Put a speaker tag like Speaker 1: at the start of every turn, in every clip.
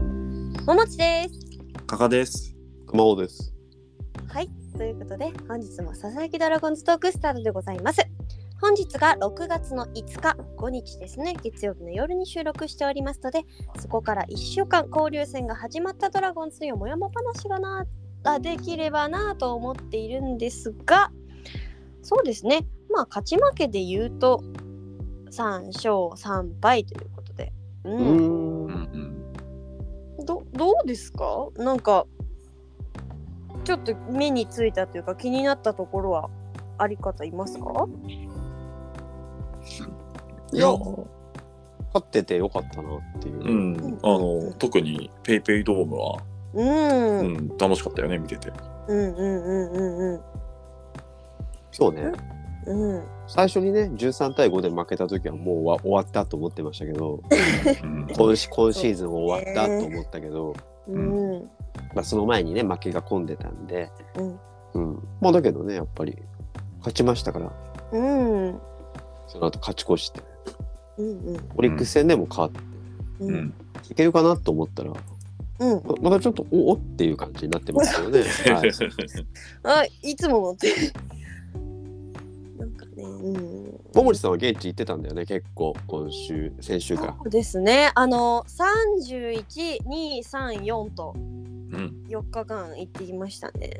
Speaker 1: ももちです。
Speaker 2: カカです。
Speaker 3: 熊尾です。
Speaker 1: はい、ということで本日も佐々木ドラゴンズトークスタートでございます。本日が6月の5日、5日ですね、月曜日の夜に収録しておりますので、そこから1週間交流戦が始まったドラゴンズのもやも話がなあできればなと思っているんですが、そうですね、まあ勝ち負けで言うと3勝3敗ということで、
Speaker 3: う
Speaker 1: うん、
Speaker 3: ん
Speaker 2: う。ん
Speaker 1: どどうですかなんかちょっと目についたというか気になったところはあり方いますか
Speaker 3: いや、勝っててよかったなっていう。
Speaker 2: うん。うん。あの、特にペイペイドームは、
Speaker 1: うん、う、
Speaker 2: うんん、楽しかったよね、見てて。
Speaker 1: うんうんうん
Speaker 3: そうね。
Speaker 1: うんうん
Speaker 3: 最初にね、13対5で負けた時はもうわ終わったと思ってましたけ ど、
Speaker 2: うん。
Speaker 3: 今し今シーズン終わったと思ったけど、
Speaker 1: うんうん
Speaker 3: まあその前にね、負けが込んでたんで、
Speaker 1: うん
Speaker 3: うん。まあだけどね、やっぱり、勝ちましたから、
Speaker 1: うん
Speaker 3: その後勝ち越して、
Speaker 1: うん
Speaker 3: オリックス戦でも勝って、
Speaker 1: う
Speaker 2: うんん。
Speaker 3: いけるかなと思ったら、ま
Speaker 1: うん
Speaker 3: またちょっとおおっていう感じになってます よね。はい。
Speaker 1: あいつものってなんかねうん
Speaker 3: ももちさんは現地行ってたんだよね、結構、今週、先週か。
Speaker 1: そうですねあの31234と
Speaker 2: うん。
Speaker 1: 4日間行ってきましたね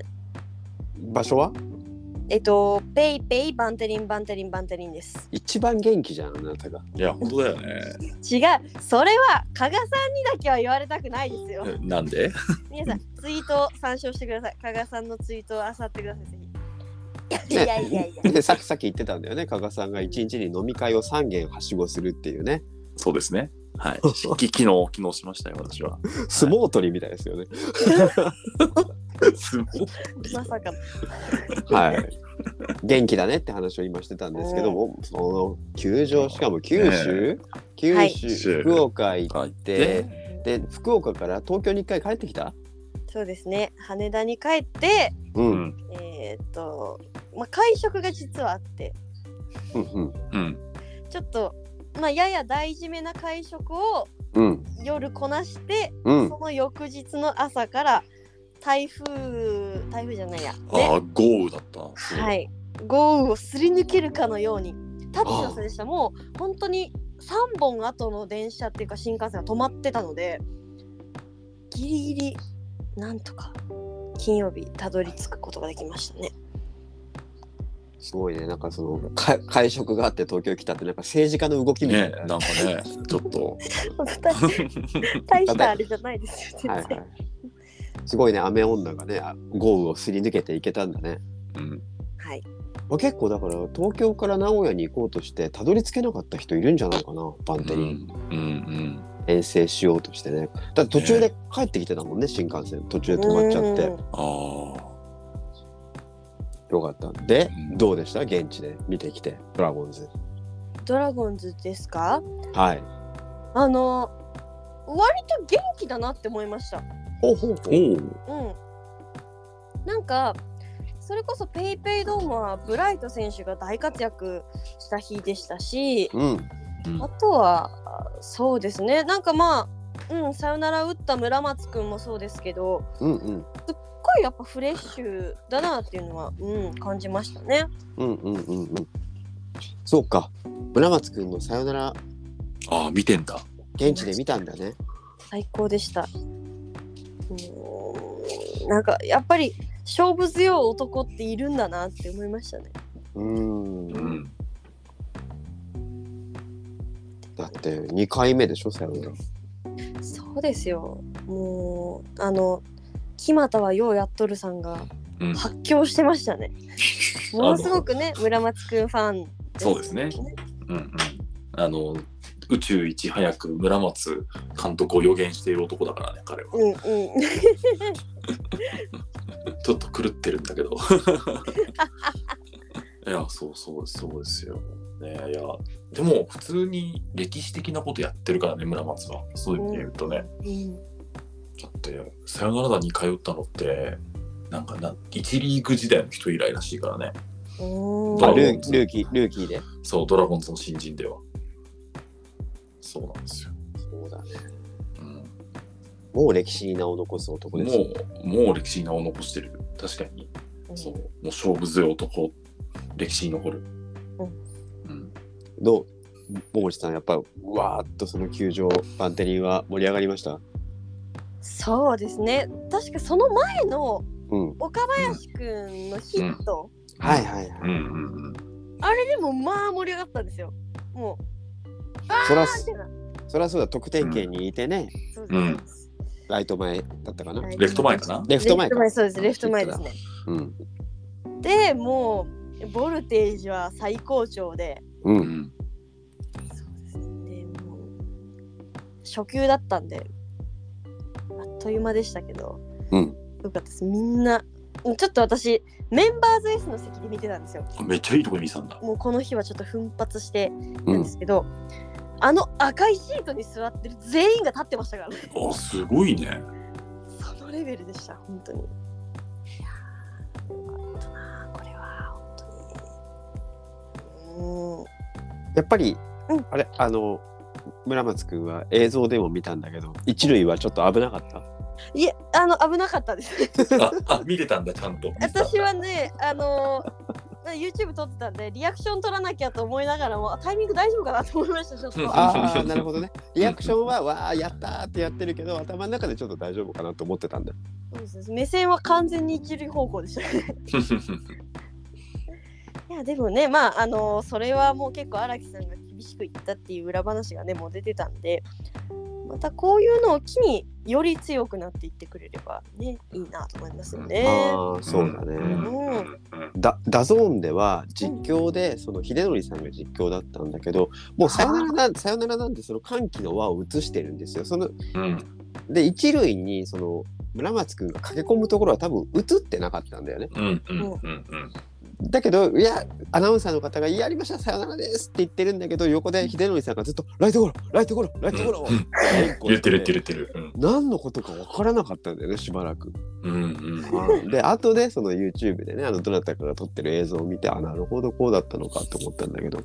Speaker 3: 場所は
Speaker 1: えっとペイペイバンテリンバンテリンバンテリンです
Speaker 3: 一番元気じゃん、あなたが。
Speaker 2: いや、本当だよね。
Speaker 1: 違うそれは加賀さんにだけは言われたくないですよ
Speaker 2: えなんで
Speaker 1: 皆さんツイートを参照してください加賀さんのツイートをあさってくださいぜひい
Speaker 3: ね
Speaker 1: やいやいや
Speaker 3: で、さっきさっき言ってたんだよね、加賀さんが一日に飲み会を3軒はしごするっていうね、
Speaker 2: そうですね。はい。き昨日、昨日しましたよ、私は。
Speaker 3: 相撲取りみたいですよね。
Speaker 2: すごい。
Speaker 1: まさかの
Speaker 3: はい。元気だねって話を今してたんですけども、その球場、しかも九州、九
Speaker 1: はい
Speaker 3: 州、福岡行
Speaker 2: は
Speaker 3: っ
Speaker 2: い。
Speaker 3: て、、で、福岡から東京に1回帰ってきた
Speaker 1: そうですね羽田に帰って
Speaker 3: う。
Speaker 2: うんん。
Speaker 1: えーっと、まあ、会食が実はあって
Speaker 3: うんうん。
Speaker 2: うん。
Speaker 1: ちょっとまあやや大事めな会食を
Speaker 3: うん。
Speaker 1: 夜こなして、
Speaker 3: うん。
Speaker 1: その翌日の朝から台風台風じゃないや、ね、
Speaker 2: ああ、豪雨だった。すご
Speaker 1: は。い、豪雨をすり抜けるかのようにタッチの差でしたもう本当に3本後の電車っていうか新幹線が止まってたのでギリギリなんとか金曜日たどり着くことができました ね。
Speaker 3: すごいね、なんかその、か会食があって東京来たって、なんか政治家の動きみた
Speaker 2: ね
Speaker 3: いな。
Speaker 2: なんかね、ちょっ と。
Speaker 1: 大したあれじゃないですよ全
Speaker 3: はい
Speaker 1: 然。
Speaker 3: はい。すごいね、雨女がね、あ豪雨をすり抜けていけたんだね。
Speaker 2: うん。
Speaker 1: はい、
Speaker 3: まあ、結構だから、東京から名古屋に行こうとして、たどり着けなかった人いるんじゃないかな、バン
Speaker 2: う
Speaker 3: テリン。
Speaker 2: ん。うん。
Speaker 3: 遠征しようとしてね。だって途中で帰ってきてたもんね、新幹線。途中で止まっちゃって。
Speaker 1: うん
Speaker 2: ああ。
Speaker 3: よかった。で
Speaker 2: う、ん
Speaker 3: どうでした現地で見てきて、ドラゴンズ。
Speaker 1: ドラゴンズですか
Speaker 3: はい。
Speaker 1: あの割と元気だなって思いました。
Speaker 3: ほうほうほう。
Speaker 2: お
Speaker 1: うん、なんかそれこそペイペイドームはブライト選手が大活躍した日でしたし
Speaker 3: うん。
Speaker 1: あとはあそうですねなんかまあ、うん、サヨナラ打った村松君もそうですけど
Speaker 3: うんうん。
Speaker 1: すっごいやっぱフレッシュだなっていうのは、うん、感じましたね。
Speaker 3: うんうんうんうん。そうか。村松くんのさよなら、
Speaker 2: ああ、見てんだ。
Speaker 3: 現地で見たんだね。
Speaker 1: 最高でした。うーんなんかやっぱり勝負強い男っているんだなって思いましたね。
Speaker 3: うー。
Speaker 2: うんん。
Speaker 3: だって、2回目でしょ、さよなら。
Speaker 1: そうですよ。もうあの木俣はようやっとるさんが
Speaker 2: うん。
Speaker 1: 発狂してました ね。ものすごくね村松くんファン。
Speaker 2: そうですね。うんうん、あの宇宙いち早く村松監督を予言している男だからね彼は
Speaker 1: うんうん。
Speaker 2: ちょっと狂ってるんだけど いやそうそうそうですよ、ね、いやでも普通に歴史的なことやってるからね村松はそういう意味で言うとね、
Speaker 1: うん
Speaker 2: だってサヨナラダに通ったのってなんかな1リーグ時代の人以来らしいからね
Speaker 1: う
Speaker 3: あ
Speaker 1: ーん
Speaker 3: ル
Speaker 2: 誰
Speaker 3: ールーキー、ルーキーで。
Speaker 2: そうドラゴンズの新人ではそうなんですよ、
Speaker 3: そうだね。
Speaker 2: うん、
Speaker 3: もう歴史に名を残す男
Speaker 2: も
Speaker 3: です。
Speaker 2: う、もう歴史に名を残してる。確かに。そう。もう勝負強い男、歴史に残る。うん。
Speaker 3: どう桃地さん、やっぱり、わーっとその球場、バンテリンは盛り上がりました
Speaker 1: そうですね確かその前の
Speaker 3: うん。
Speaker 1: 岡林くんのヒット、
Speaker 3: はいはいはい。
Speaker 2: うんうんうん。
Speaker 1: あれでもまあ盛り上がったんですよもう
Speaker 3: そら
Speaker 1: あーみたいな
Speaker 3: そりゃそうだ、得点圏にいてね、
Speaker 1: そう
Speaker 2: う
Speaker 1: で
Speaker 2: ん
Speaker 1: す
Speaker 3: ライト前だったかな。
Speaker 1: はい
Speaker 2: レフト前かな
Speaker 3: レフト前
Speaker 1: レフト
Speaker 3: か。
Speaker 1: 前そうですレフト前ですね
Speaker 3: うん。
Speaker 1: でもうボルテージは最高潮で
Speaker 3: う。
Speaker 2: うんん。
Speaker 1: でもう初級だったんであっという間でしたけど、
Speaker 3: うん
Speaker 1: よかったですみんなちょっと私メンバーズ S の席で見てたんですよ
Speaker 2: めっちゃいいとこに見せたんだ。
Speaker 1: もうこの日はちょっと奮発して
Speaker 3: う
Speaker 1: なん
Speaker 3: ん
Speaker 1: で。すけど、あの赤いシートに座ってる全員が立ってましたからね
Speaker 2: あ、すごいね。
Speaker 1: そのレベルでした本当にいやーよかったなこれは本
Speaker 3: やっぱり、
Speaker 1: うん
Speaker 3: あれ、あの、村松くんは映像でも見たんだけど、一塁はちょっと危なかった。
Speaker 1: 当にうーんいえあの危なかったです
Speaker 2: あ、あ見てたんだ、ちゃんと。
Speaker 1: 私はねあのー YouTube 撮ってたんでリアクション取らなきゃと思いながらもあタイミング大丈夫かなと思いましたちょっと
Speaker 2: うん
Speaker 3: あ あ、なるほどね。リアクションは、わあ、やったーってやってるけど、頭の中でちょっと大丈夫かなと思ってたんだ。
Speaker 1: そうです目線は完全に一塁方向でしたねいやでもねまああのそれはもう結構荒木さんが厳しく言ったっていう裏話がねもう出てたんでまたこういうのを機により強くなっていってくれればねいいなと思いますよね。
Speaker 3: ああ、そうだね。
Speaker 2: ん
Speaker 1: うん
Speaker 2: うん
Speaker 3: だダゾーンでは実況でその秀則さんが実況だったんだけどもうさよならなさよならなんてその歓喜の輪を映してるんですよ。その
Speaker 2: うん
Speaker 3: で一塁にその村松くんが駆け込むところは多分映ってなかったんだよね。
Speaker 2: うんうんうんうん。
Speaker 3: だけどいやアナウンサーの方が「やりましたさよならです」って言ってるんだけど横で秀則さんがずっと「ライトゴロライトゴロライトゴロ」
Speaker 2: 言ってる言ってる言ってる。うん
Speaker 3: 何のことか分からなかったんだよねしばらく。
Speaker 2: うん
Speaker 3: で後でその YouTube でねあのどなたかが撮ってる映像を見てあなるほどこうだったのかと思ったんだけど。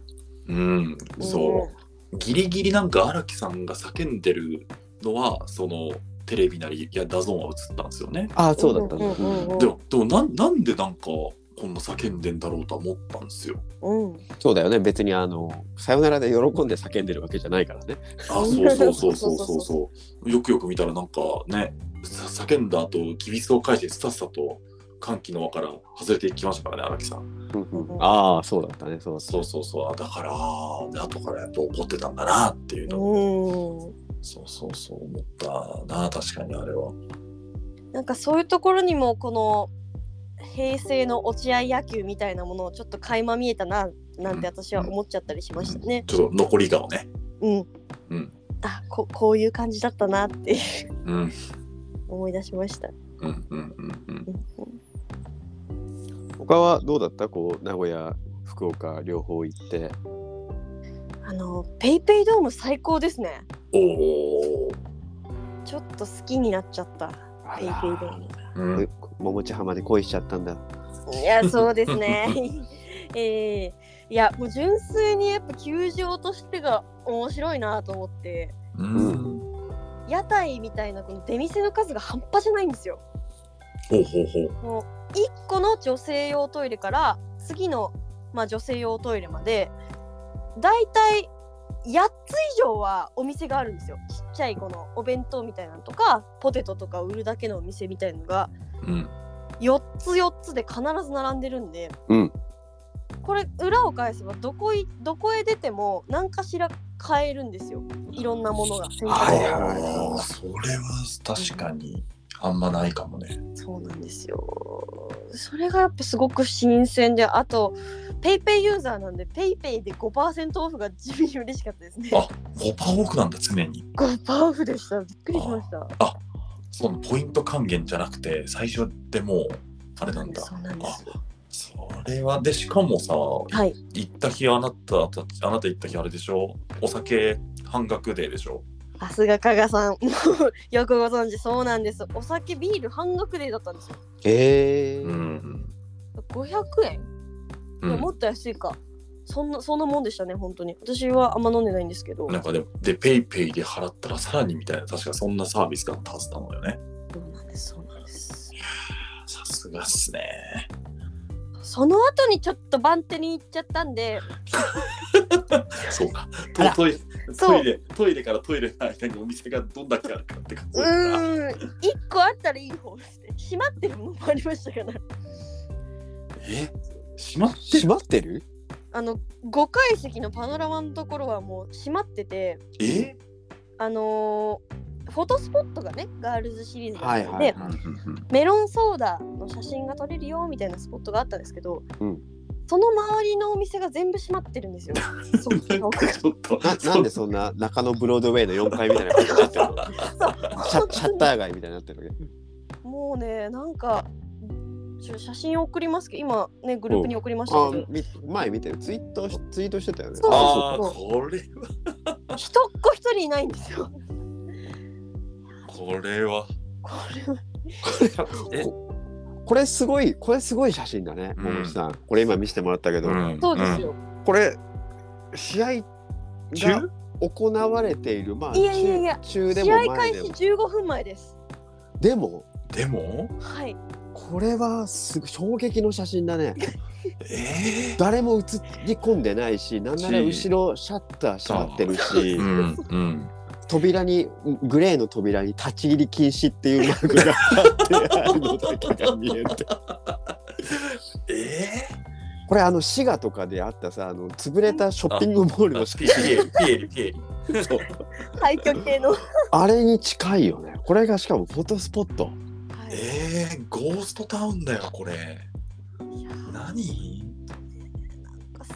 Speaker 2: うん。うん、そうう。ギリギリなんか荒木さんが叫んでるのは、そのテレビなり、いや、ダゾーンは映ったんですよね。
Speaker 3: ああそうだったんだ。
Speaker 1: うんうんうん
Speaker 2: でも、でもなんなんでなんか、こんな叫んでんだろうとは思ったんですよ。
Speaker 1: うん
Speaker 3: そうだよね別にあのさよならで喜んで叫んでるわけじゃないからね。
Speaker 2: あ、そうそうそうそうそうそう。よくよく見たらなんかね、さ叫んだ後、厳しさを返してスタッサと歓喜の輪から外れていきましたからね、荒木さん。
Speaker 1: うん
Speaker 3: ああそうだったねそうだっ
Speaker 2: そうそうそう。あだから、あーで後からやっぱ怒ってたんだなっていうのを、
Speaker 1: うん
Speaker 2: そうそうそう思ったな、確かにあれは。
Speaker 1: なんかそういうところにもこの平成の落合野球みたいなものをちょっと垣間見えたななんて私は思っちゃったりしましたね。
Speaker 2: ちょっと残り顔ね。
Speaker 1: うん、
Speaker 2: うん。
Speaker 1: あここういう 感じだったなって
Speaker 2: うん。
Speaker 1: 思い出しました。
Speaker 2: うんうんうんうん。
Speaker 3: た。他はどうだったこう名古屋福岡両方行って。
Speaker 1: あのペイペイドーム最高ですね。
Speaker 2: おー。
Speaker 1: ちょっと好きになっちゃった。ペイペイドーム
Speaker 2: うん、
Speaker 3: 桃地浜で恋しちゃったんだ。
Speaker 1: が。いや、そうですね。 ええいや、もう純粋にやっぱ球場としてが面白いなと思って。
Speaker 2: うん。
Speaker 1: 屋台みたいなこの出店の数が半端じゃないんですよ。
Speaker 2: ほうほうほう。
Speaker 1: もう1個の女性用トイレから次の、まあ、女性用トイレまでだいたい8つ以上はお店があるんですよちっちゃいこのお弁当みたいなのとかポテトとか売るだけのお店みたいのが
Speaker 2: うん。
Speaker 1: 4つ4つで必ず並んでるんで、
Speaker 3: うん
Speaker 1: これ裏を返せばどこいどこへ出ても何かしら買えるんですよいろんなものが選択肢が
Speaker 3: はいはい
Speaker 2: ああ、それは確かにあんまないかもね。
Speaker 1: そうなんですよ。それがやっぱすごく新鮮で、あと、ペイペイユーザーなんで、ペイペイで5%オフが地味に嬉しかったですね。
Speaker 2: あ5%オフなんだ、常に。
Speaker 1: 5%オフでした。びっくりしました。
Speaker 2: そのポイント還元じゃなくて、最初でもう、あれなんだ。
Speaker 1: そうなんです。
Speaker 2: それは、で、しかもさ、
Speaker 1: はい。
Speaker 2: 行った日あなたたち、あなた行った日あれでしょお酒半額ででしょ
Speaker 1: さすが加賀さん。 もうよくご存知、そうなんです。お酒、ビール半額でだったんですよ。
Speaker 3: へえ
Speaker 2: うん。
Speaker 1: 500円、
Speaker 2: う
Speaker 1: いや
Speaker 2: ん
Speaker 1: もっと安いか。そんなそんなもんでしたね本当に私はあんま飲んでないんですけど
Speaker 2: なんかでも、で、ペイペイで払ったらさらにみたいな、確かそんなサービスだったはずなのよね。
Speaker 1: そうなんですそうなんです
Speaker 2: さすがっすね。
Speaker 1: その後にちょっと番手に行っちゃったんで
Speaker 2: そうか。
Speaker 3: あ
Speaker 2: ト
Speaker 3: ら
Speaker 2: トイレ、
Speaker 1: そう
Speaker 2: トイレ、トイレからトイレの間にお店がどんだけあるかって感じ
Speaker 1: う
Speaker 2: だから。
Speaker 1: ーん一個あったらいい方ですね閉まってるものもありましたから
Speaker 2: え閉まって
Speaker 3: 閉まってる
Speaker 1: あの5階席のパノラマのところはもう閉まってて
Speaker 2: え
Speaker 1: あのーフォトスポットがねガールズシリーズがあって、
Speaker 3: はいはい
Speaker 2: うんうんうん
Speaker 1: メロンソーダの写真が撮れるよみたいなスポットがあったんですけど、
Speaker 3: うん
Speaker 1: その周りのお店が全部閉まってるんです よ。そう
Speaker 2: なんかちょっと、
Speaker 3: ななんでそんな中野ブロードウェイの4階みたいな感じになってるのシャシャッター街みたいになってるわけ
Speaker 1: もうねなんかちょ写真送りますけど今ねグループに送りました
Speaker 3: あ
Speaker 1: けど
Speaker 3: み前見てるツイートしツイートしてたよね
Speaker 1: そう
Speaker 2: ああ、
Speaker 1: そう
Speaker 2: これは、
Speaker 1: 人っ子一人いないんですよ。
Speaker 2: これは。
Speaker 1: これは
Speaker 2: え
Speaker 3: これすごいこれすごい写真だね
Speaker 2: うん
Speaker 3: 桃内さんこれ今見せてもらったけど、
Speaker 2: ん
Speaker 1: そうですよ。
Speaker 3: これ試合
Speaker 2: うん
Speaker 3: が
Speaker 2: 中
Speaker 3: 行われているまあ
Speaker 1: いやいやいや
Speaker 3: 中中で
Speaker 1: 試
Speaker 3: も
Speaker 1: 合
Speaker 3: 前
Speaker 1: 開
Speaker 3: で
Speaker 1: 始
Speaker 3: も
Speaker 1: 15分前です。
Speaker 3: でも
Speaker 2: でも
Speaker 1: はい。
Speaker 3: これはすごい衝撃の写真 だね
Speaker 2: え
Speaker 3: 誰も写り込んでないしなんなら後ろシャッター閉まってるし
Speaker 2: えうんうん。
Speaker 3: 扉にグレーの扉に立ち入り禁止っていうマークが貼ってあるのだけが見えて
Speaker 2: ええ
Speaker 3: これあの滋賀とかであったさあの潰れたショッピングモールの
Speaker 2: ピエリ、ピエ リ、ピエリ。
Speaker 3: そう
Speaker 1: 廃墟系の。 は
Speaker 3: あれに近いよねこれがしかもフォトスポット
Speaker 1: い
Speaker 2: ええゴーストタウンだよ、これ。
Speaker 1: いや
Speaker 2: 何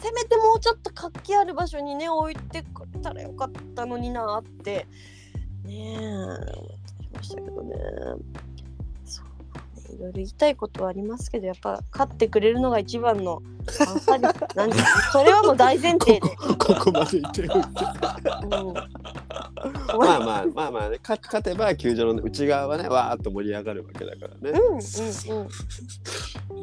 Speaker 1: せめてもうちょっと活気ある場所にね置いてくれたらよかったのになってねえ思いましたけどねそうねいろいろ言いたいことはありますけどやっぱ勝ってくれるのが一番のファンサービスなんで それはもう大前提で
Speaker 3: ここここまで行ってる
Speaker 1: うん
Speaker 3: まあまあまあまあね勝勝てば球場の内側はねわーっと盛り上がるわけだからね
Speaker 1: うんうんうん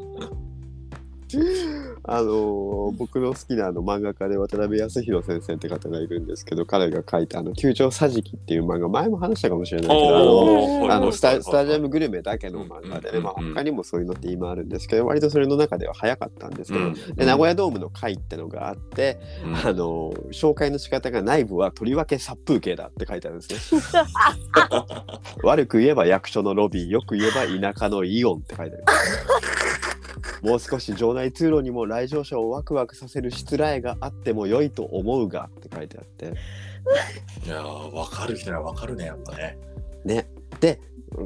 Speaker 3: あのー僕の好きなあの漫画家で渡辺康弘先生って方がいるんですけど彼が書いた「あの球場さじき」っていう漫画前も話したかもしれないけどあの
Speaker 1: おーは
Speaker 3: あの
Speaker 1: い
Speaker 3: スタスタジアムグルメだけの漫画でね、
Speaker 2: うん
Speaker 3: まあ、
Speaker 2: うん
Speaker 3: 他にもそういうのって今あるんですけど割とそれの中では早かったんですけど、で名古屋ドームの会ってのがあって、あの紹介の仕方が内部はとりわけ殺風景だって書いてあるんですね 悪く言えば役所のロビーよく言えば田舎のイオンって書いてあるもう少し場内通路にも来場者をワクワクさせるしつらえがあっても良いと思うがって書いてあって
Speaker 2: いやー、わかる人にはわかるね、やっぱね。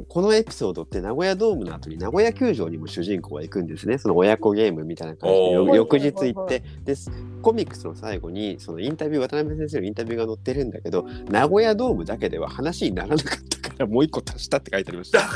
Speaker 3: このエピソードって名古屋ドームの後に名古屋球場にも主人公は行くんですねその親子ゲームみたいな感じで
Speaker 2: おー
Speaker 3: よ翌日行ってですコミックスの最後にそのインタビュー渡辺先生のインタビューが載ってるんだけど名古屋ドームだけでは話にならなかったからもう一個足したって書いてありました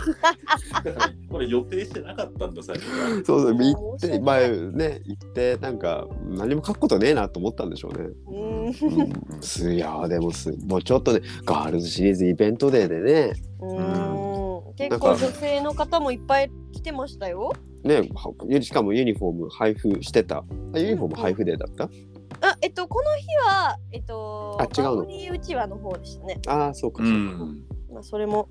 Speaker 2: これ予定してなかったんだ、最 初
Speaker 3: そうそう行っ
Speaker 1: 面白
Speaker 3: て
Speaker 1: い
Speaker 3: 前ね行ってなんか何も書くことねえなと思ったんでしょうね。
Speaker 1: うん
Speaker 3: うんすいやーでもすもうちょっとねガールズシリーズイベントデーでね
Speaker 1: うん結構女性の方もいっぱい来てましたよ
Speaker 3: ねはしかもユニフォーム配布してたあユニフォーム配布デーだった
Speaker 1: あえっとこの日はえっと
Speaker 3: あ違うの
Speaker 1: 番組うちわの方でしたね
Speaker 3: ああそうか
Speaker 2: う
Speaker 3: そうか、
Speaker 2: ん。
Speaker 1: まあ、それも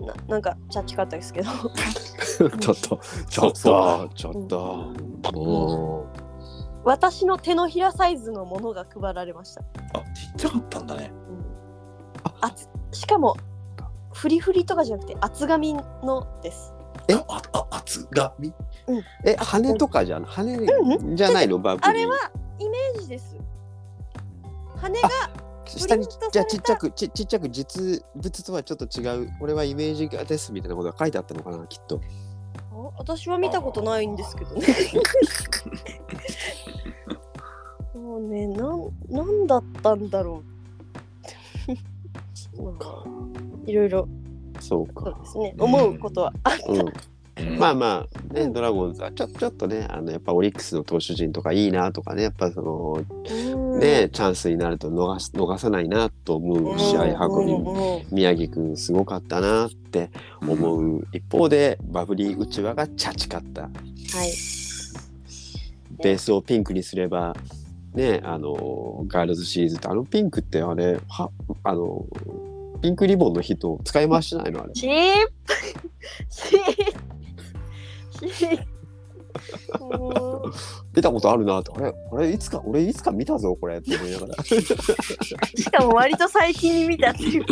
Speaker 1: ななんかチャッチかったですけど
Speaker 3: ちょっとちょっとちょっと、も
Speaker 1: 私の手のひらサイズのものが配られました、
Speaker 2: あ、ちっちゃかったんだね。
Speaker 1: あつしかもフリフリとかじゃなくて厚紙のです
Speaker 2: あ、あ、厚紙
Speaker 3: うえ羽とかじゃん羽
Speaker 1: う
Speaker 3: じゃないのバー
Speaker 1: あ
Speaker 3: ブリ
Speaker 1: れ
Speaker 3: ー
Speaker 1: はイメージです羽が
Speaker 3: 下に
Speaker 1: プリント
Speaker 3: じ
Speaker 1: さ
Speaker 3: ゃ
Speaker 1: れた
Speaker 3: ちっちゃくちちっちゃく実物とはちょっと違うこれはイメージですみたいなことが書いてあったのかなきっと
Speaker 1: あ私は見たことないんですけど ねもうねなんなんだったんだろ
Speaker 3: そう
Speaker 1: かういろいろ
Speaker 3: そう
Speaker 1: そう
Speaker 3: か
Speaker 1: ですね思うことはあ
Speaker 3: うん、ま
Speaker 2: ま
Speaker 3: あまあね、
Speaker 1: うん
Speaker 3: ドラゴンズはちょちょっとねあのやっぱオリックスの投手陣とかいいなとかねやっぱそのね、チャンスになると逃す逃さないなと思う試合運び、
Speaker 1: うんうんうん
Speaker 3: 宮城くんすごかったなって思う一方で、バブリーうちわがチャチかった
Speaker 1: はい
Speaker 3: ベースをピンクにすればねあのガールズシリーズってあのピンクってあれはあのピンクリボンの人使い回してないのあれ
Speaker 1: シープシープシープもう
Speaker 3: 出たことあるなってあれあれいつか俺いつか見たぞこれって思いな がら
Speaker 1: しかも割と最近に見たっていう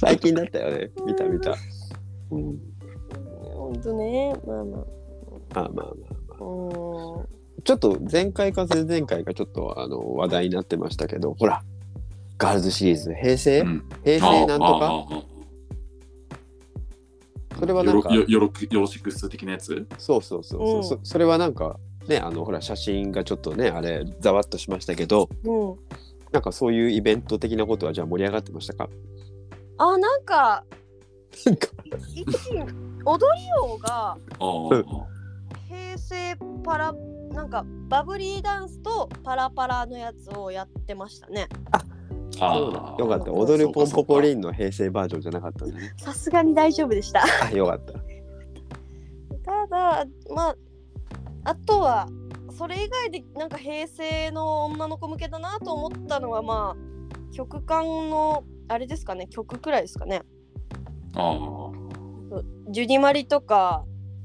Speaker 3: 最近だったよね見た見た、うん、
Speaker 1: 本当ねまあま
Speaker 3: まあまあまあ
Speaker 1: あうん
Speaker 3: ちょっと前回か前々回かちょっとあの話題になってましたけどほらガールズシリーズ平成、
Speaker 2: うん
Speaker 3: 平成なんとか
Speaker 2: か
Speaker 3: それはなんか
Speaker 2: よろよろくよろしくす的なやつ
Speaker 3: そうそうそうそう、
Speaker 1: うん
Speaker 3: そそれはなんかねあのほら写真がちょっとねあれざわっとしましたけど
Speaker 1: うん
Speaker 3: なんかそういうイベント的なことはじゃあ盛り上がってましたか
Speaker 1: あなんか
Speaker 3: なんか
Speaker 1: 一時踊り王が
Speaker 2: ああ、
Speaker 3: うん
Speaker 1: 平成パラなんかバブリーダンスとパラパラのやつをやってましたね
Speaker 2: あ
Speaker 3: そうだ
Speaker 2: あ
Speaker 3: よかった踊るポンポコリンの平成バージョンじゃなかったんだね
Speaker 1: さすがに大丈夫でした
Speaker 3: あよかった
Speaker 1: ただまああとはそれ以外でなんか平成の女の子向けだなと思ったのはまあ曲間のあれですかね曲くらいですかね
Speaker 2: ああ
Speaker 1: ジュディマリとか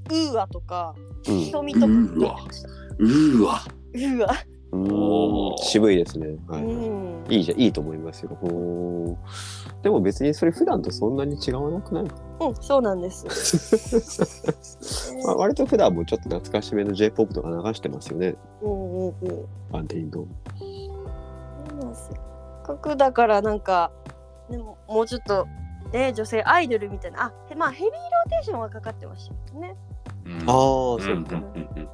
Speaker 1: ウーアとか
Speaker 3: う
Speaker 1: 瞳とか
Speaker 2: ウーアうーわ
Speaker 1: ウーア
Speaker 3: んう
Speaker 2: お
Speaker 3: ん
Speaker 2: ー
Speaker 3: 渋いですね、は
Speaker 1: う
Speaker 3: いはい
Speaker 1: ん
Speaker 3: いいじゃんいいと思いますよほーでも別にそれ普段とそんなに違わなくない、
Speaker 1: うんそうなんです
Speaker 3: まあ、割と普段もちょっと懐かしめの J-POP とか流してますよね
Speaker 1: うんうんうん
Speaker 3: アンテリンドン
Speaker 1: まあせっかくだからなんかでももうちょっと、ね、女性アイドルみたいなあへまあヘビーローテーションはかかってましたけどね
Speaker 2: うん
Speaker 3: ああそううんか、
Speaker 2: うんうん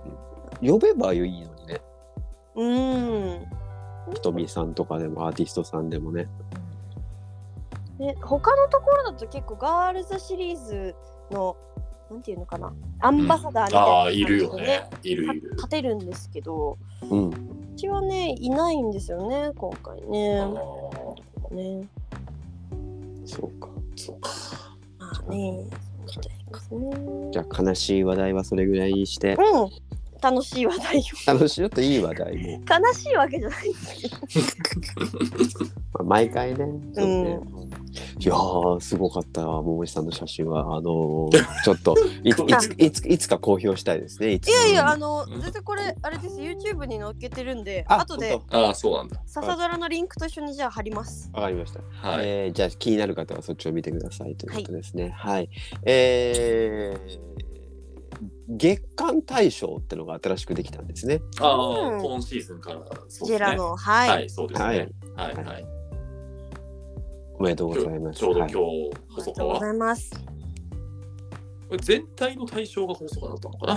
Speaker 3: 呼べばいいのにね
Speaker 1: うーん
Speaker 3: ひとみさんとかでもアーティストさんでもね
Speaker 1: で他のところだと結構ガールズシリーズのなんていうのかなアンバサダーみたいな
Speaker 2: ああ
Speaker 1: 感
Speaker 2: い
Speaker 1: じで
Speaker 2: るよねいるいる
Speaker 1: た立てるんですけど
Speaker 3: うん
Speaker 1: うちはねいないんですよね今回
Speaker 2: あ
Speaker 1: ね
Speaker 2: あ
Speaker 1: ね
Speaker 3: そうか
Speaker 2: そうか
Speaker 1: まあねそうですね
Speaker 3: じゃあ悲しい話題はそれぐらいにして
Speaker 1: うん楽しい話題よ
Speaker 3: 楽しいちょっといい話題も、
Speaker 1: 悲しいわけじゃないんですけど
Speaker 3: まあ、毎回ねそうね、いやーすごかったわ桃井さんの写真はあの ーちょっといついついついつか公表したいですねいつ
Speaker 1: いやい
Speaker 2: うん
Speaker 1: や、あの、全然これ、あれです、YouTube に載っけてるんで、
Speaker 3: あ
Speaker 1: 後で
Speaker 3: 本、
Speaker 2: ああそうなんだ
Speaker 1: 笹ドラのリンクと一緒にじゃあ貼ります。
Speaker 3: 当わかりました
Speaker 2: はい、
Speaker 3: えーじゃあ気になる方はそっちを見てくださいということですね。はい、えー月間大賞ってのが新しくできたんですね。
Speaker 2: ああ、
Speaker 1: うん
Speaker 2: 今シーズンからそう
Speaker 1: ジェ
Speaker 2: です
Speaker 1: ラ
Speaker 2: ね
Speaker 1: の、
Speaker 2: は
Speaker 1: はい。
Speaker 2: いそうですねはいはい、
Speaker 3: おめでとうございます。
Speaker 2: ちょうど今日
Speaker 3: はい
Speaker 1: あり
Speaker 2: 細
Speaker 1: がとう
Speaker 2: 川
Speaker 1: ございます。
Speaker 2: これ全体の対象が細川だったのか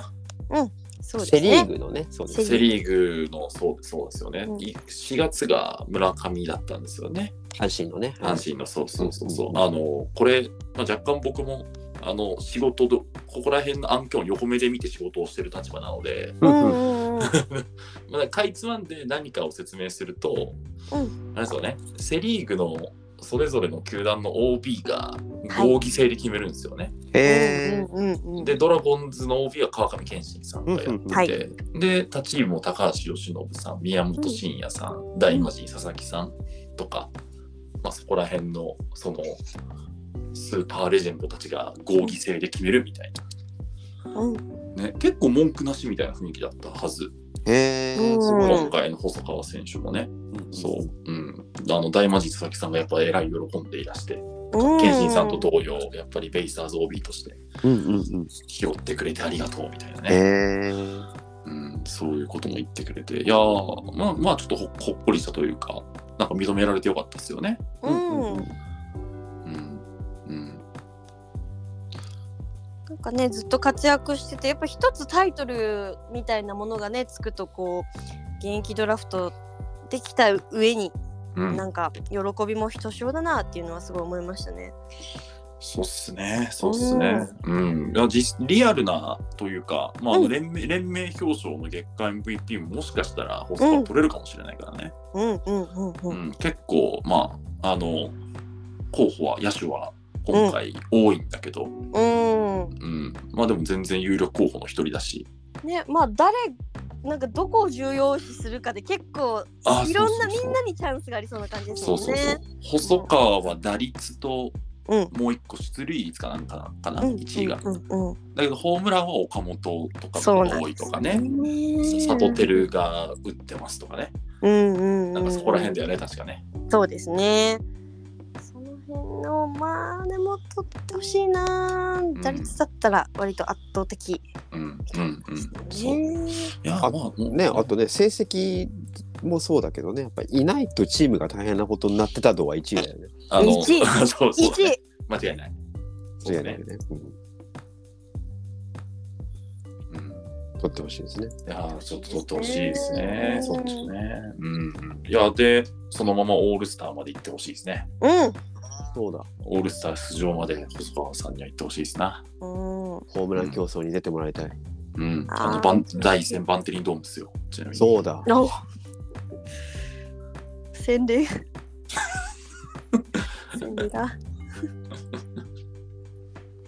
Speaker 2: な
Speaker 1: そうです
Speaker 3: セリー
Speaker 1: ね。
Speaker 3: グのね、そうです
Speaker 1: セリー
Speaker 3: ね。
Speaker 2: セ・リーグのそうそうですよね、
Speaker 1: うん
Speaker 2: い4月が村上だったんですよね
Speaker 3: 阪神のね。
Speaker 2: 阪神のそうそうそうそう、
Speaker 3: うん
Speaker 2: あのこれ、まあ、若干僕もあの仕事でここら辺の案件を横目で見て仕事をしてる立場なので、
Speaker 1: う
Speaker 3: うん
Speaker 1: ん
Speaker 3: う
Speaker 1: うんんう ん。
Speaker 2: まあ、かいつまんで何かを説明すると、
Speaker 1: う
Speaker 2: あれですよねセ・リーグのそれぞれの球団の OB が
Speaker 1: はい
Speaker 2: 合議制で決めるんですよね、
Speaker 3: へー
Speaker 1: うんうんうん
Speaker 2: でドラゴンズの OB は川上憲伸さんがやってて、
Speaker 3: うん
Speaker 1: は
Speaker 2: で他チームも高橋由伸さん宮本慎也さん、大魔神佐々木さんとか、まあ、そこら辺のそのスーパーレジェンドたちが合議制で決めるみたい
Speaker 1: うん
Speaker 2: な、ね、結構文句なしみたいな雰囲気だったはず、
Speaker 3: へーすごい。
Speaker 2: 今回の細川選手もね、
Speaker 3: ん
Speaker 2: そう、うん、あの大魔神佐々木さんがやっぱえらい喜んでいらして
Speaker 1: うん。
Speaker 2: 謙信さんと同様やっぱりベイスターズ OB として
Speaker 3: うんうんうん。
Speaker 2: 拾ってくれてありがとうみたいなね。
Speaker 3: へー
Speaker 2: うん、そういうことも言ってくれて、いやー、まあ、まあ、ちょっとほほっこりしたというか、なんか認められてよかったですよね。
Speaker 1: う
Speaker 3: うんうん
Speaker 1: ん
Speaker 3: う。
Speaker 2: うん。うん。
Speaker 1: なんかね、ずっと活躍してて、やっぱ一つタイトルみたいなものがね、つくと、こう、現役ドラフトできた上に、
Speaker 2: うん、
Speaker 1: なんか、喜びもひとしおだなっていうのはすごい思いましたね。
Speaker 2: そうっすね、そうっすね。うん。いや実リアルなというか、まあ、あ
Speaker 1: う
Speaker 2: の
Speaker 1: ん
Speaker 2: 連盟連盟表彰の月間 MVP ももしかしたら、放送が取れるかもしれないからね。
Speaker 1: うんうんうんう。
Speaker 2: うんん、結構、まあ、あの、候補は、野手は今回多いんだけど、
Speaker 1: うん。
Speaker 2: うん。まあ、でも全然有力候補の一人だし、
Speaker 1: ねまあ誰なんかどこを重要視するかで結構
Speaker 2: あ
Speaker 1: いろん
Speaker 2: そう
Speaker 1: な
Speaker 2: そう
Speaker 1: み
Speaker 2: そうん
Speaker 1: なにチャンスがありそうな感じです
Speaker 2: そ
Speaker 1: も
Speaker 2: うんそうそう
Speaker 1: ね。
Speaker 2: 細川は打率と
Speaker 1: うん
Speaker 2: もう一個出塁率かなんかかな、
Speaker 1: うん
Speaker 2: 1位が。
Speaker 1: うんうんうん
Speaker 2: だけどホームランは岡本とか
Speaker 1: そうな
Speaker 2: が
Speaker 1: ん
Speaker 2: 多
Speaker 1: で
Speaker 2: いと
Speaker 1: す
Speaker 2: かね。
Speaker 1: ね。
Speaker 2: サトテルが打ってますとかね。
Speaker 1: うんうんうん。
Speaker 2: なんかそこら辺だよね、確かね。
Speaker 1: そうですね。その辺のまあでも取ってほしいなー。打率だったら割と圧倒的
Speaker 2: うんうんうん。
Speaker 1: です
Speaker 2: そうい
Speaker 1: ね。
Speaker 2: や、まあ、もう
Speaker 3: ね、あとね成績もそうだけどねやっぱりいないとチームが大変なことになってた度は1位だよね。
Speaker 2: あの、
Speaker 1: 一位
Speaker 2: そう
Speaker 1: 一
Speaker 2: そう、
Speaker 1: 位
Speaker 2: ね。間違いない。そう
Speaker 3: 間違
Speaker 2: で
Speaker 3: いない
Speaker 2: すね
Speaker 3: よ。ね。うん
Speaker 2: うん
Speaker 3: 取ってほしいですね。
Speaker 2: いやーちょっと取ってほしいですね
Speaker 1: う。ん
Speaker 2: そうですね。うん。いや、で、そのままオールスターまで行ってほしいですね。
Speaker 1: うん。
Speaker 3: そうだ。
Speaker 2: オールスター出場まで細川さんには行ってほしいですな。
Speaker 1: うん、
Speaker 3: ホームラン競争に出てもらいたい。
Speaker 2: うん。
Speaker 1: あー
Speaker 2: あの、バン第1戦バンテリンドームですよ。ちなみに。
Speaker 3: そうだ。
Speaker 1: お洗礼洗礼だ
Speaker 2: い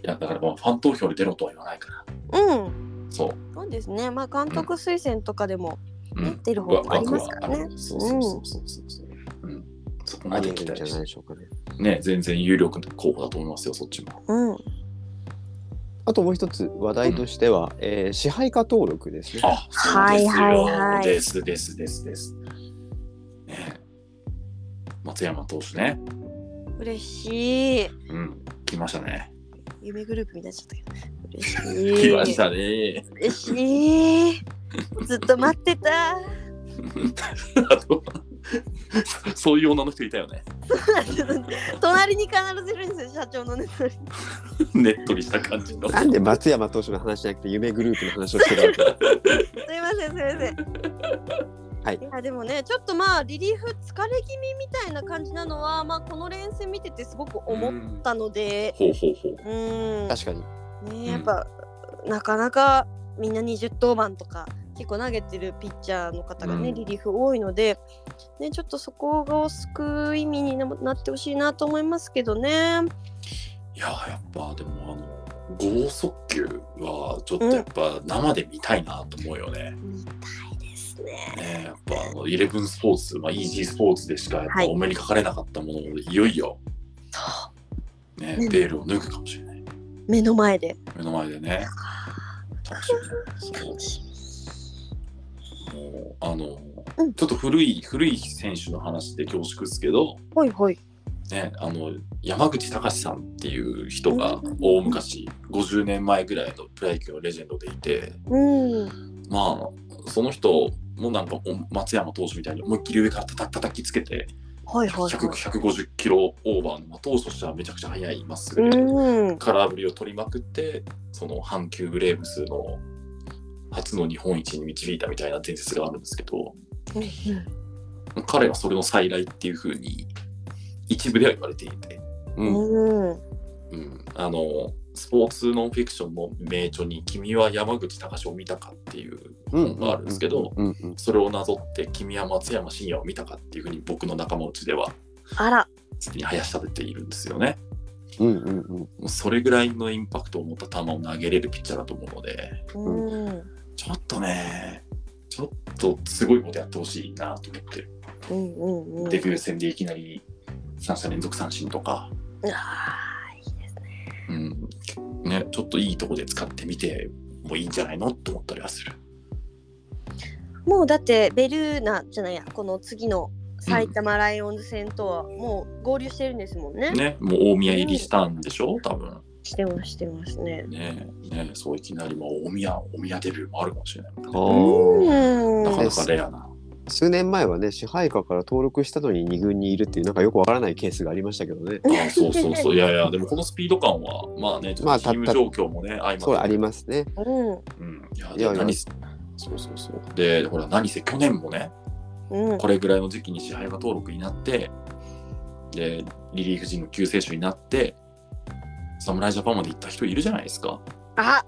Speaker 2: や、だからまあ、ファン投票に出ろとは言わないから。
Speaker 1: うん
Speaker 2: そう。
Speaker 1: そうですねまあ監督推薦とかでも、
Speaker 2: う
Speaker 1: ね
Speaker 2: ん。
Speaker 1: 出る方法ありますからね
Speaker 2: わわそうそうそうそうそうそう。うん。そこま
Speaker 3: あり
Speaker 2: で
Speaker 3: えるん
Speaker 2: 期
Speaker 3: じゃ
Speaker 2: 待し
Speaker 3: ないで
Speaker 2: て
Speaker 3: しょうかね。
Speaker 2: ね、全然有力な候補だと思いますよ、そっちも。
Speaker 1: うん
Speaker 3: あともう一つ話題としては、えー支配下登録ですね。
Speaker 2: あ、そうですよ。
Speaker 1: はいはいはい
Speaker 2: ですですですです。ね松山投手ね。
Speaker 1: 嬉しい
Speaker 2: うん。来ましたね。
Speaker 1: 夢グループになっちゃったけど嬉
Speaker 2: 来まし
Speaker 1: しい
Speaker 2: たね。
Speaker 1: 嬉しいずっと待ってた
Speaker 2: あとそういう女の人いたよね。
Speaker 1: 隣に必ずいるんですよ社長のね隣に
Speaker 2: ねっとりした感じの。
Speaker 3: なんで松山投手の話じゃなくて夢グループの話をしてるわけ
Speaker 1: すいませんすいません
Speaker 3: はい
Speaker 1: やでもねちょっとまあリリーフ疲れ気味みたいな感じなのはまあこの連戦見ててすごく思っ
Speaker 2: うん
Speaker 1: たので
Speaker 2: ほうほうほう。
Speaker 1: うーん
Speaker 3: 確かに。
Speaker 1: ねやっぱ、なかなかみんな20登板とか結構投げてるピッチャーの方がね、
Speaker 2: うん
Speaker 1: リリーフ多いので、ね、ちょっとそこを救う意味にななってほしいなと思いますけどね。
Speaker 2: いや、やっぱでもあの、剛速球はちょっとやっぱ生で見たいなと思うよね。
Speaker 1: 見たいですね。
Speaker 2: ねやっぱあのイレブンスポーツ、まあ、イージースポーツでしかやっぱ
Speaker 1: はい
Speaker 2: お目にかかれなかったものを、い、よいよ、
Speaker 1: そ
Speaker 2: ね
Speaker 1: ね、
Speaker 2: ベールを脱ぐかもしれない。
Speaker 1: う目の前で。
Speaker 2: 目の前 でね。楽しみそうもうあの、
Speaker 1: うん
Speaker 2: ちょっと古い古い選手の話で恐縮ですけど、
Speaker 1: ほいほい。
Speaker 2: ね、あの山口隆さんっていう人が大昔50年前ぐらいのプロ野球のレジェンドでいて
Speaker 1: うん。
Speaker 2: まあその人もなんかお松山投手みたいに思いっきり上からたた叩きつけて
Speaker 1: はいはい、
Speaker 2: 100
Speaker 1: はい。
Speaker 2: 150キロオーバーの、まあ、投手としてはめちゃくちゃ速いまっす
Speaker 1: う
Speaker 2: ぐで
Speaker 1: ん。
Speaker 2: 空振りを取りまくってその阪急ブレーブスの初の日本一に導いたみたいな伝説があるんですけど彼はそれの再来っていうふうに一部では言われていて、
Speaker 1: う
Speaker 2: うん
Speaker 1: ん。うん
Speaker 2: うん、あのスポーツノンフィクションの名著に「君は山口隆を見たか」っていう本があるんですけど、
Speaker 3: うんうん
Speaker 2: それをなぞって「君は松山真也を見たか」っていうふうに僕の仲間内では
Speaker 1: あら。
Speaker 2: すでに林立てているんですよね。
Speaker 3: うんうんうん。
Speaker 2: もうそれぐらいのインパクトを持った球を投げれるピッチャーだと思うので
Speaker 1: うん。
Speaker 2: ちょっとねちょっとすごいことやってほしいなと思ってる、
Speaker 1: うんうんうん。
Speaker 2: デビュー戦でいきなり3者連続三振とか、
Speaker 1: あ
Speaker 2: うんね、ちょっといいとこで使ってみてもいいんじゃないのと思ったりはする。
Speaker 1: ーもうだってベルーナじゃないやこの次の埼玉ライオンズ戦とはもう合流してるんですもんね。
Speaker 2: ね、もう大宮入りしたんでしょ、多分
Speaker 1: してますしてますね。
Speaker 2: ねねそういきなり、まあ、大宮、大宮デビューもあるかもしれない、
Speaker 3: あ
Speaker 1: う
Speaker 3: ー
Speaker 2: なか
Speaker 1: ん。
Speaker 2: なかレアな。
Speaker 3: 数年前はね支配下から登録したのに二軍にいるっていうなんかよくわからないケースがありましたけどね。
Speaker 2: あそうそ うそう、いやいや、でもこのスピード感は、まあね、ちょ
Speaker 3: ま
Speaker 2: っ
Speaker 3: あ
Speaker 2: とチーム
Speaker 3: た
Speaker 2: 状況もね、相まって
Speaker 3: そうありますね。
Speaker 1: うん。
Speaker 2: うん、いや、
Speaker 3: いやいや
Speaker 2: 何せそうそうそう。で、ほら、何せ去年もね、
Speaker 1: うん
Speaker 2: こ。れぐらいの時期に支配下登録になって、で、リリーフ陣の救世主になって、侍ジャパンまで行った人いるじゃないですか。
Speaker 1: あ。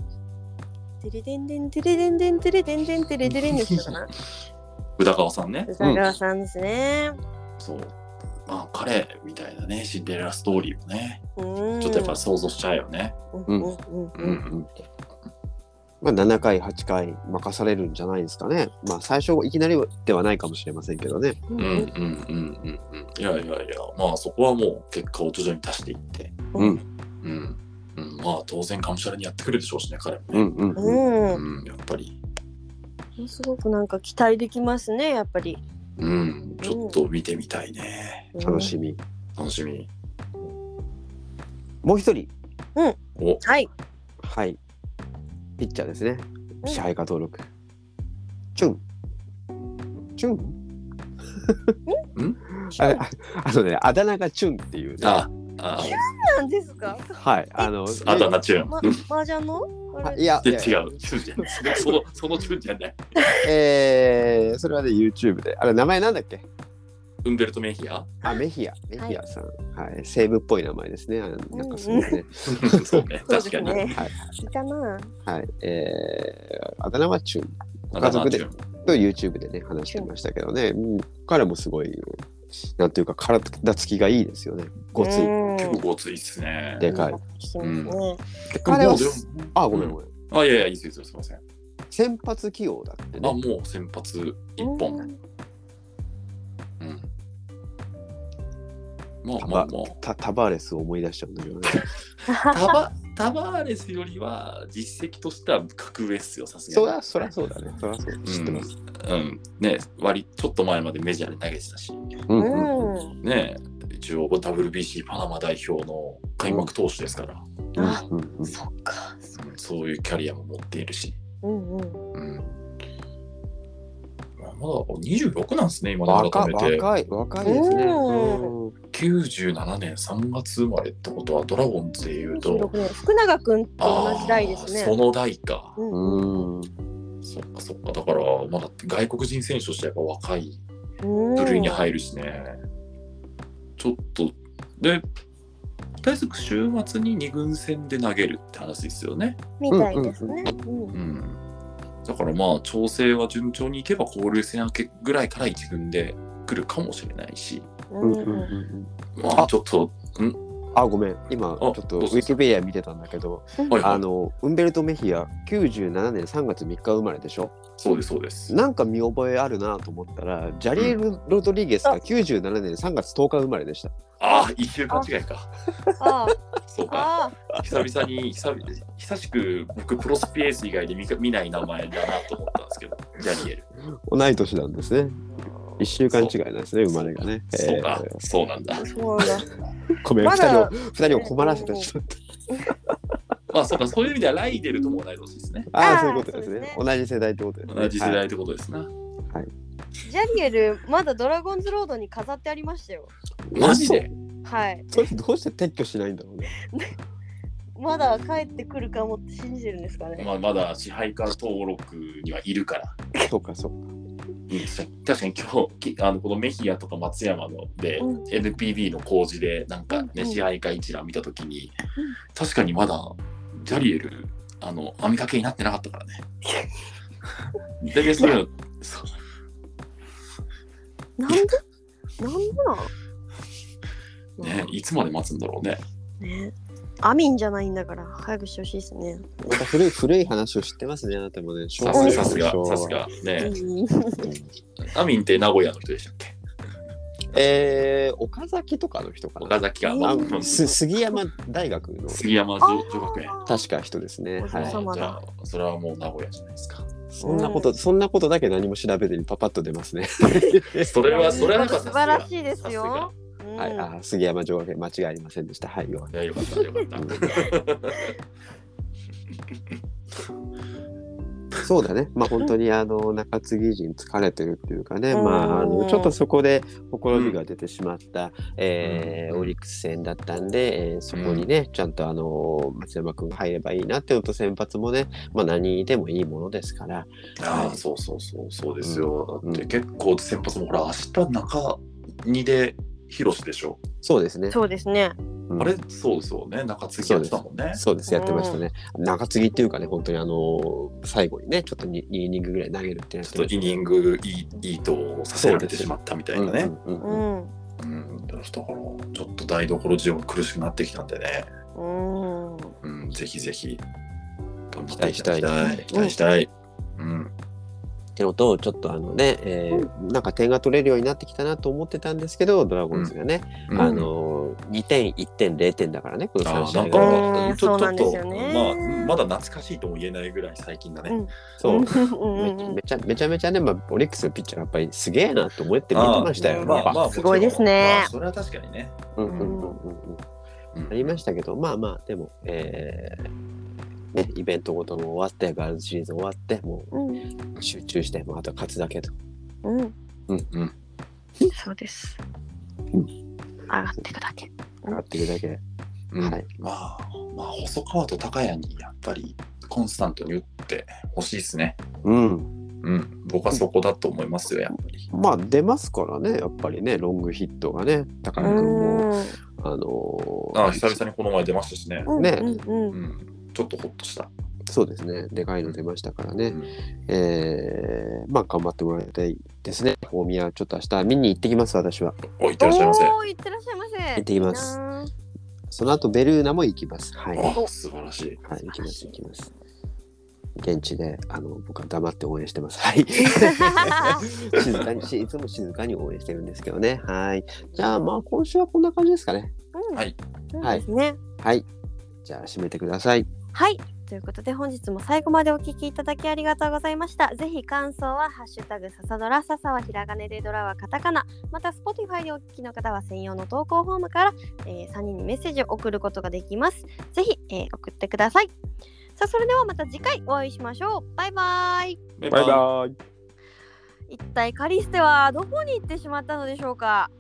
Speaker 1: てれでんでんてれでんでんてれでんでんてれでれんでしたかな。
Speaker 2: 宇田川さんね。
Speaker 1: 宇佐川さんですね。
Speaker 2: そう。まあ、彼みたいなね、シンデレラストーリーをね、
Speaker 1: うん。
Speaker 2: ちょっとやっぱ想像しちゃうよね。
Speaker 1: うんうんうん
Speaker 2: うん
Speaker 3: まあ、7回8回任されるんじゃないですかね、まあ、最初いきなりではないかもしれませんけどね
Speaker 1: う
Speaker 2: うんうんうんうんうんいやいやいやまあそこはもう結果を徐々に足していって
Speaker 3: うん
Speaker 2: うん、うん、まあ当然がむしゃらにやってくるでしょうしね彼も
Speaker 3: う
Speaker 2: ね、
Speaker 3: んうん
Speaker 1: う
Speaker 3: うん
Speaker 1: ん
Speaker 2: うんやっぱり
Speaker 1: うんすごくなんか期待できますねやっぱり、
Speaker 2: うんちょっと見てみたいね
Speaker 1: うん
Speaker 3: 楽しみ
Speaker 2: 楽しみ
Speaker 3: もう一人
Speaker 2: お
Speaker 1: はい
Speaker 3: はいピッチャーですね
Speaker 1: ん
Speaker 3: 支配下登録チュンチュンあああのねあだ名がチュンっていうね
Speaker 2: ああ
Speaker 1: なんですか
Speaker 3: はいあの
Speaker 2: あだ名チューン
Speaker 1: ま、麻雀のあ
Speaker 3: あ
Speaker 1: れ
Speaker 3: いや
Speaker 2: で
Speaker 3: いや
Speaker 2: 違うチューンじゃないそのそのチューンじゃない
Speaker 3: えー、それはね YouTube であれ名前なんだっけ
Speaker 2: ウンベルト・メヒア
Speaker 3: あメヒアメヒアさんはい、西部っぽい名前ですねあなんかそうね、
Speaker 2: そうね
Speaker 1: そう
Speaker 2: 確
Speaker 1: で
Speaker 2: か
Speaker 1: す
Speaker 2: に
Speaker 1: ね
Speaker 3: はい
Speaker 1: いたな
Speaker 3: はいえー、あだ名はチュン
Speaker 2: あ
Speaker 3: 家族
Speaker 2: だ名は
Speaker 3: で
Speaker 2: チューン
Speaker 3: と YouTube でね話してましたけどね、うん、彼もすごいなんていうか体つきがいいですよねごつい、
Speaker 1: うん
Speaker 2: 結構ごついっすね
Speaker 3: でかい
Speaker 1: 聞きますね
Speaker 3: で彼は
Speaker 2: もうでも
Speaker 3: あごめんごめん、
Speaker 2: あいやいやいいですよいいですよすいません
Speaker 3: 先発起用だって
Speaker 2: あ
Speaker 3: ね
Speaker 2: もう先発一
Speaker 1: う
Speaker 2: 本
Speaker 1: ん
Speaker 2: うんまあ
Speaker 3: タ
Speaker 2: ま
Speaker 3: バ
Speaker 2: あまあ
Speaker 3: タタバーレスを思い出しちゃうんだけどね
Speaker 2: タバタバーレスよりは実績としては格上っすよ、さすが
Speaker 3: そ
Speaker 2: に。
Speaker 3: りゃそりゃそうだねそりゃそう知ってます、
Speaker 2: うん、ね割ちょっと前までメジャーで投げてたし、
Speaker 3: う
Speaker 1: うん
Speaker 3: うんうん
Speaker 1: ん
Speaker 2: ね一応 WBC パナマ代表の開幕投手ですから、
Speaker 1: あ
Speaker 3: うんうん
Speaker 1: そっか
Speaker 2: うんそういうキャリアも持っているし、
Speaker 1: うんうん
Speaker 2: うん、まあまだ26なんですね、今で
Speaker 3: 若
Speaker 2: 改めて。
Speaker 3: 若い若いですね、
Speaker 1: うん
Speaker 3: うん
Speaker 2: 97年3月生まれってことは、ドラゴンズでいうと
Speaker 1: 26、年福永君と
Speaker 2: あ
Speaker 1: 同じ代です
Speaker 2: ー
Speaker 1: ね
Speaker 2: その代か。
Speaker 1: うん
Speaker 3: うん
Speaker 2: そっかそっか、だから、まだ外国人選手としてやっぱ若い
Speaker 1: うん
Speaker 2: 部類に入るしね。ちょっと、で、大体週末に2軍戦で投げるって話ですよね。
Speaker 1: みたいですねうん
Speaker 2: うん。だからまあ、調整は順調にいけば、交流戦明けぐらいから1軍で来るかもしれないし、
Speaker 3: う
Speaker 1: う
Speaker 3: んうん
Speaker 1: ん
Speaker 3: う
Speaker 1: うん
Speaker 3: ん
Speaker 2: まあ、
Speaker 3: あ
Speaker 2: ちょっと、
Speaker 3: あごめん今ちょっとウ
Speaker 2: どうぞ
Speaker 3: ィキペディア見てたんだけど
Speaker 2: はいは
Speaker 3: あ
Speaker 2: い、
Speaker 3: のウンベルト・メヒア97年3月3日生まれでしょ
Speaker 2: そうです、そうです。
Speaker 3: なんか見覚えあるなと思ったらジャリエル・ロドリゲスが97年3月10日生まれでした
Speaker 2: ああ、一週間違いか。
Speaker 1: あー
Speaker 2: そうか。
Speaker 1: あ
Speaker 2: 久々に、久々久しく僕、プロスピエース以外で見か見ない名前だなと思ったんですけど、ジャニエル。
Speaker 3: 同い年なんですね1週間違いなんですね生まれがね
Speaker 2: そうか、
Speaker 3: え
Speaker 2: そうなんだ
Speaker 1: ー。そうなんだ
Speaker 3: ーごめん2
Speaker 1: ま
Speaker 3: 人を
Speaker 1: だ
Speaker 3: 二人を困らせてしまった
Speaker 2: まあそうか、そういう意味ではライデルとも同い年ですね。
Speaker 3: あ
Speaker 1: あ
Speaker 3: あ
Speaker 1: ー
Speaker 3: そういうことですね
Speaker 1: そ
Speaker 3: 同じ世代ってことですね
Speaker 2: 同じ世
Speaker 3: は
Speaker 2: 代
Speaker 3: い
Speaker 2: ってことですな。
Speaker 1: ジャリエルまだドラゴンズロードに飾ってありましたよ
Speaker 2: マジで
Speaker 1: はい
Speaker 3: それどうして撤去しないんだろうね
Speaker 1: まだ帰ってくるかもって信じてるんですかね
Speaker 2: まあまだ支配下登録にはいるから。
Speaker 3: そうかそうか
Speaker 2: 確かに今日きあのこのメヒアとか松山ので、
Speaker 1: うん
Speaker 2: NPB の工事でなんかね、
Speaker 1: うんうん
Speaker 2: 支配下一覧見たときに、
Speaker 1: うん
Speaker 2: 確かにまだジャリエルあの網掛けになってなかったからね。だけどそういうのそう
Speaker 1: なんでなんでなん
Speaker 2: ね、いつまで待つんだろうね。
Speaker 1: ねアミンじゃないんだから早くしてほしいですね。
Speaker 3: また古い古い話を知ってますねあなたもね
Speaker 2: さすがさすが
Speaker 3: 昭和
Speaker 2: さすがね。
Speaker 1: うん
Speaker 2: アミンって名古屋の人でしたっけ
Speaker 3: えー、岡崎とかの人かな
Speaker 2: 岡崎は、
Speaker 1: う
Speaker 2: まあ
Speaker 3: あす杉山大学の
Speaker 2: 杉山女女学園。
Speaker 3: 確か人ですね。
Speaker 1: お
Speaker 3: は
Speaker 1: 嬢
Speaker 3: い。
Speaker 1: 様
Speaker 2: じゃ
Speaker 1: だ。
Speaker 2: あ、それはもう名古屋じゃないですか。
Speaker 3: そんなこと、そんなことだけ何も調べずにパパッと出ます ね。
Speaker 2: それは、それはなんかさす
Speaker 1: 素
Speaker 2: が
Speaker 1: 晴らしいですよ。。うん
Speaker 3: はい、あー、杉山城学園間違いありませんでした。はい、よ
Speaker 2: さすがいや、よかった、よかった。
Speaker 3: そうだね。まあ、本当にあの中継ぎ陣疲れてるっていうかね。
Speaker 1: うん
Speaker 3: まあ、あのちょっとそこでほころびが出てしまった、えー
Speaker 2: うん
Speaker 3: オリックス戦だったんで、えーそこにね、ちゃんとあの松山君が入ればいいなっていうのと先発もね、まあ何でもいいものですから。
Speaker 2: ああ、そうそうそう、そうですよ。
Speaker 3: うん
Speaker 2: だって結構先発もほら、明日中2で広しでしょ。
Speaker 3: そうですね。
Speaker 1: そうですね。
Speaker 3: うん
Speaker 2: あれそうですよね。中継ぎやってたもんね。
Speaker 3: そうです、やってましたね。中継ぎっていうかね、本当にあの、最後にね、ちょっと 2, イニングぐらい投げるってや
Speaker 2: ちょっとイニングいいいいとさせられてしまったみたいなね。。
Speaker 3: うん
Speaker 1: う
Speaker 3: うんうんうん
Speaker 1: ん。
Speaker 2: うん、だからちょっと台所事情が苦しくなってきたんでね。
Speaker 1: うん。
Speaker 2: うん、ぜひぜひ。だ
Speaker 3: も期
Speaker 2: 期
Speaker 3: 待
Speaker 2: 待
Speaker 3: し
Speaker 2: したた
Speaker 3: い
Speaker 2: い。
Speaker 3: っ
Speaker 2: 期待したい。うん。
Speaker 3: てのとちょっとあのね、えーなんか点が取れるようになってきたなと思ってたんですけどドラゴンズがね、
Speaker 2: うん
Speaker 3: あ、の2点1点0点だからねこの
Speaker 2: あ
Speaker 3: 3
Speaker 2: ー
Speaker 3: 試
Speaker 2: な
Speaker 3: 合
Speaker 2: ん
Speaker 1: う
Speaker 3: が
Speaker 1: ー
Speaker 2: か
Speaker 1: ん
Speaker 2: ちょ
Speaker 1: そう
Speaker 2: ちょ
Speaker 1: な
Speaker 2: っ
Speaker 1: んです
Speaker 2: と
Speaker 1: よね
Speaker 2: まあまだ懐かしいとも言えないぐらい最近だね。
Speaker 1: うん
Speaker 3: そう、
Speaker 1: うんうんうんうん
Speaker 3: めちゃめちゃめちゃね、まあ、オリックスのピッチャーやっぱりすげえなと思って見てましたよね。
Speaker 1: あー
Speaker 3: やっぱ
Speaker 2: もちろん
Speaker 1: すごいですね
Speaker 2: まあそれは確かにね。
Speaker 3: うんうんうんうん
Speaker 2: う
Speaker 3: ありましたけどまあまあでも、えーね、イベントごとも終わってガールズシリーズ終わっても
Speaker 1: うん
Speaker 3: う集中してもうあとは勝つだけと。
Speaker 1: うん
Speaker 2: うんうん。
Speaker 1: そうです
Speaker 2: う
Speaker 1: 上がっていくだけ
Speaker 3: 上がってるだけ、
Speaker 2: うん
Speaker 3: はい、
Speaker 2: まあ、まあ、細川と高谷にやっぱりコンスタントに打ってほしいですね。
Speaker 3: うん、
Speaker 2: うん。僕はそこだと思いますよ、やっぱり。
Speaker 3: まあ出ますからねやっぱりねロングヒットがね高
Speaker 1: う
Speaker 3: 野君も
Speaker 1: ん
Speaker 3: あのー
Speaker 2: あ久々にこの前出ましたしね。
Speaker 1: うん
Speaker 3: ね
Speaker 1: うんう
Speaker 2: うんん。ちょっとほっとした。
Speaker 3: そうですねでかいの出ましたからね、
Speaker 2: うん
Speaker 3: えーまあ頑張ってもらいたいですね大宮ちょっと明日見に行ってきます私は
Speaker 2: お、いってらっしゃいませ。
Speaker 1: おーいってらっしゃいませ
Speaker 3: 行ってきます
Speaker 1: いいなー
Speaker 3: その後ベルーナも行きますはい
Speaker 2: あ、素晴らしい。
Speaker 3: はい、行きます、行きます。現地で、あの、僕は黙って応援してます。はい。静かにし、いつも静かに応援してるんですけどね。はい。じゃあ、まあ、今週はこんな感じですかね。
Speaker 1: うん
Speaker 2: はい
Speaker 1: そうですね
Speaker 3: はい。じゃあ、締めてください。
Speaker 1: はい。ということで本日も最後までお聞きいただきありがとうございました。ぜひ感想はハッシュタグササドラササはひらがねでドラはカタカナ。また Spotify でお聞きの方は専用の投稿フォームから、えー3人にメッセージを送ることができます。ぜひ、えー送ってください。さあそれではまた次回お会いしましょう。バイバイ。
Speaker 2: バイ
Speaker 3: バイバイ。
Speaker 1: 一体カリステはどこに行ってしまったのでしょうか。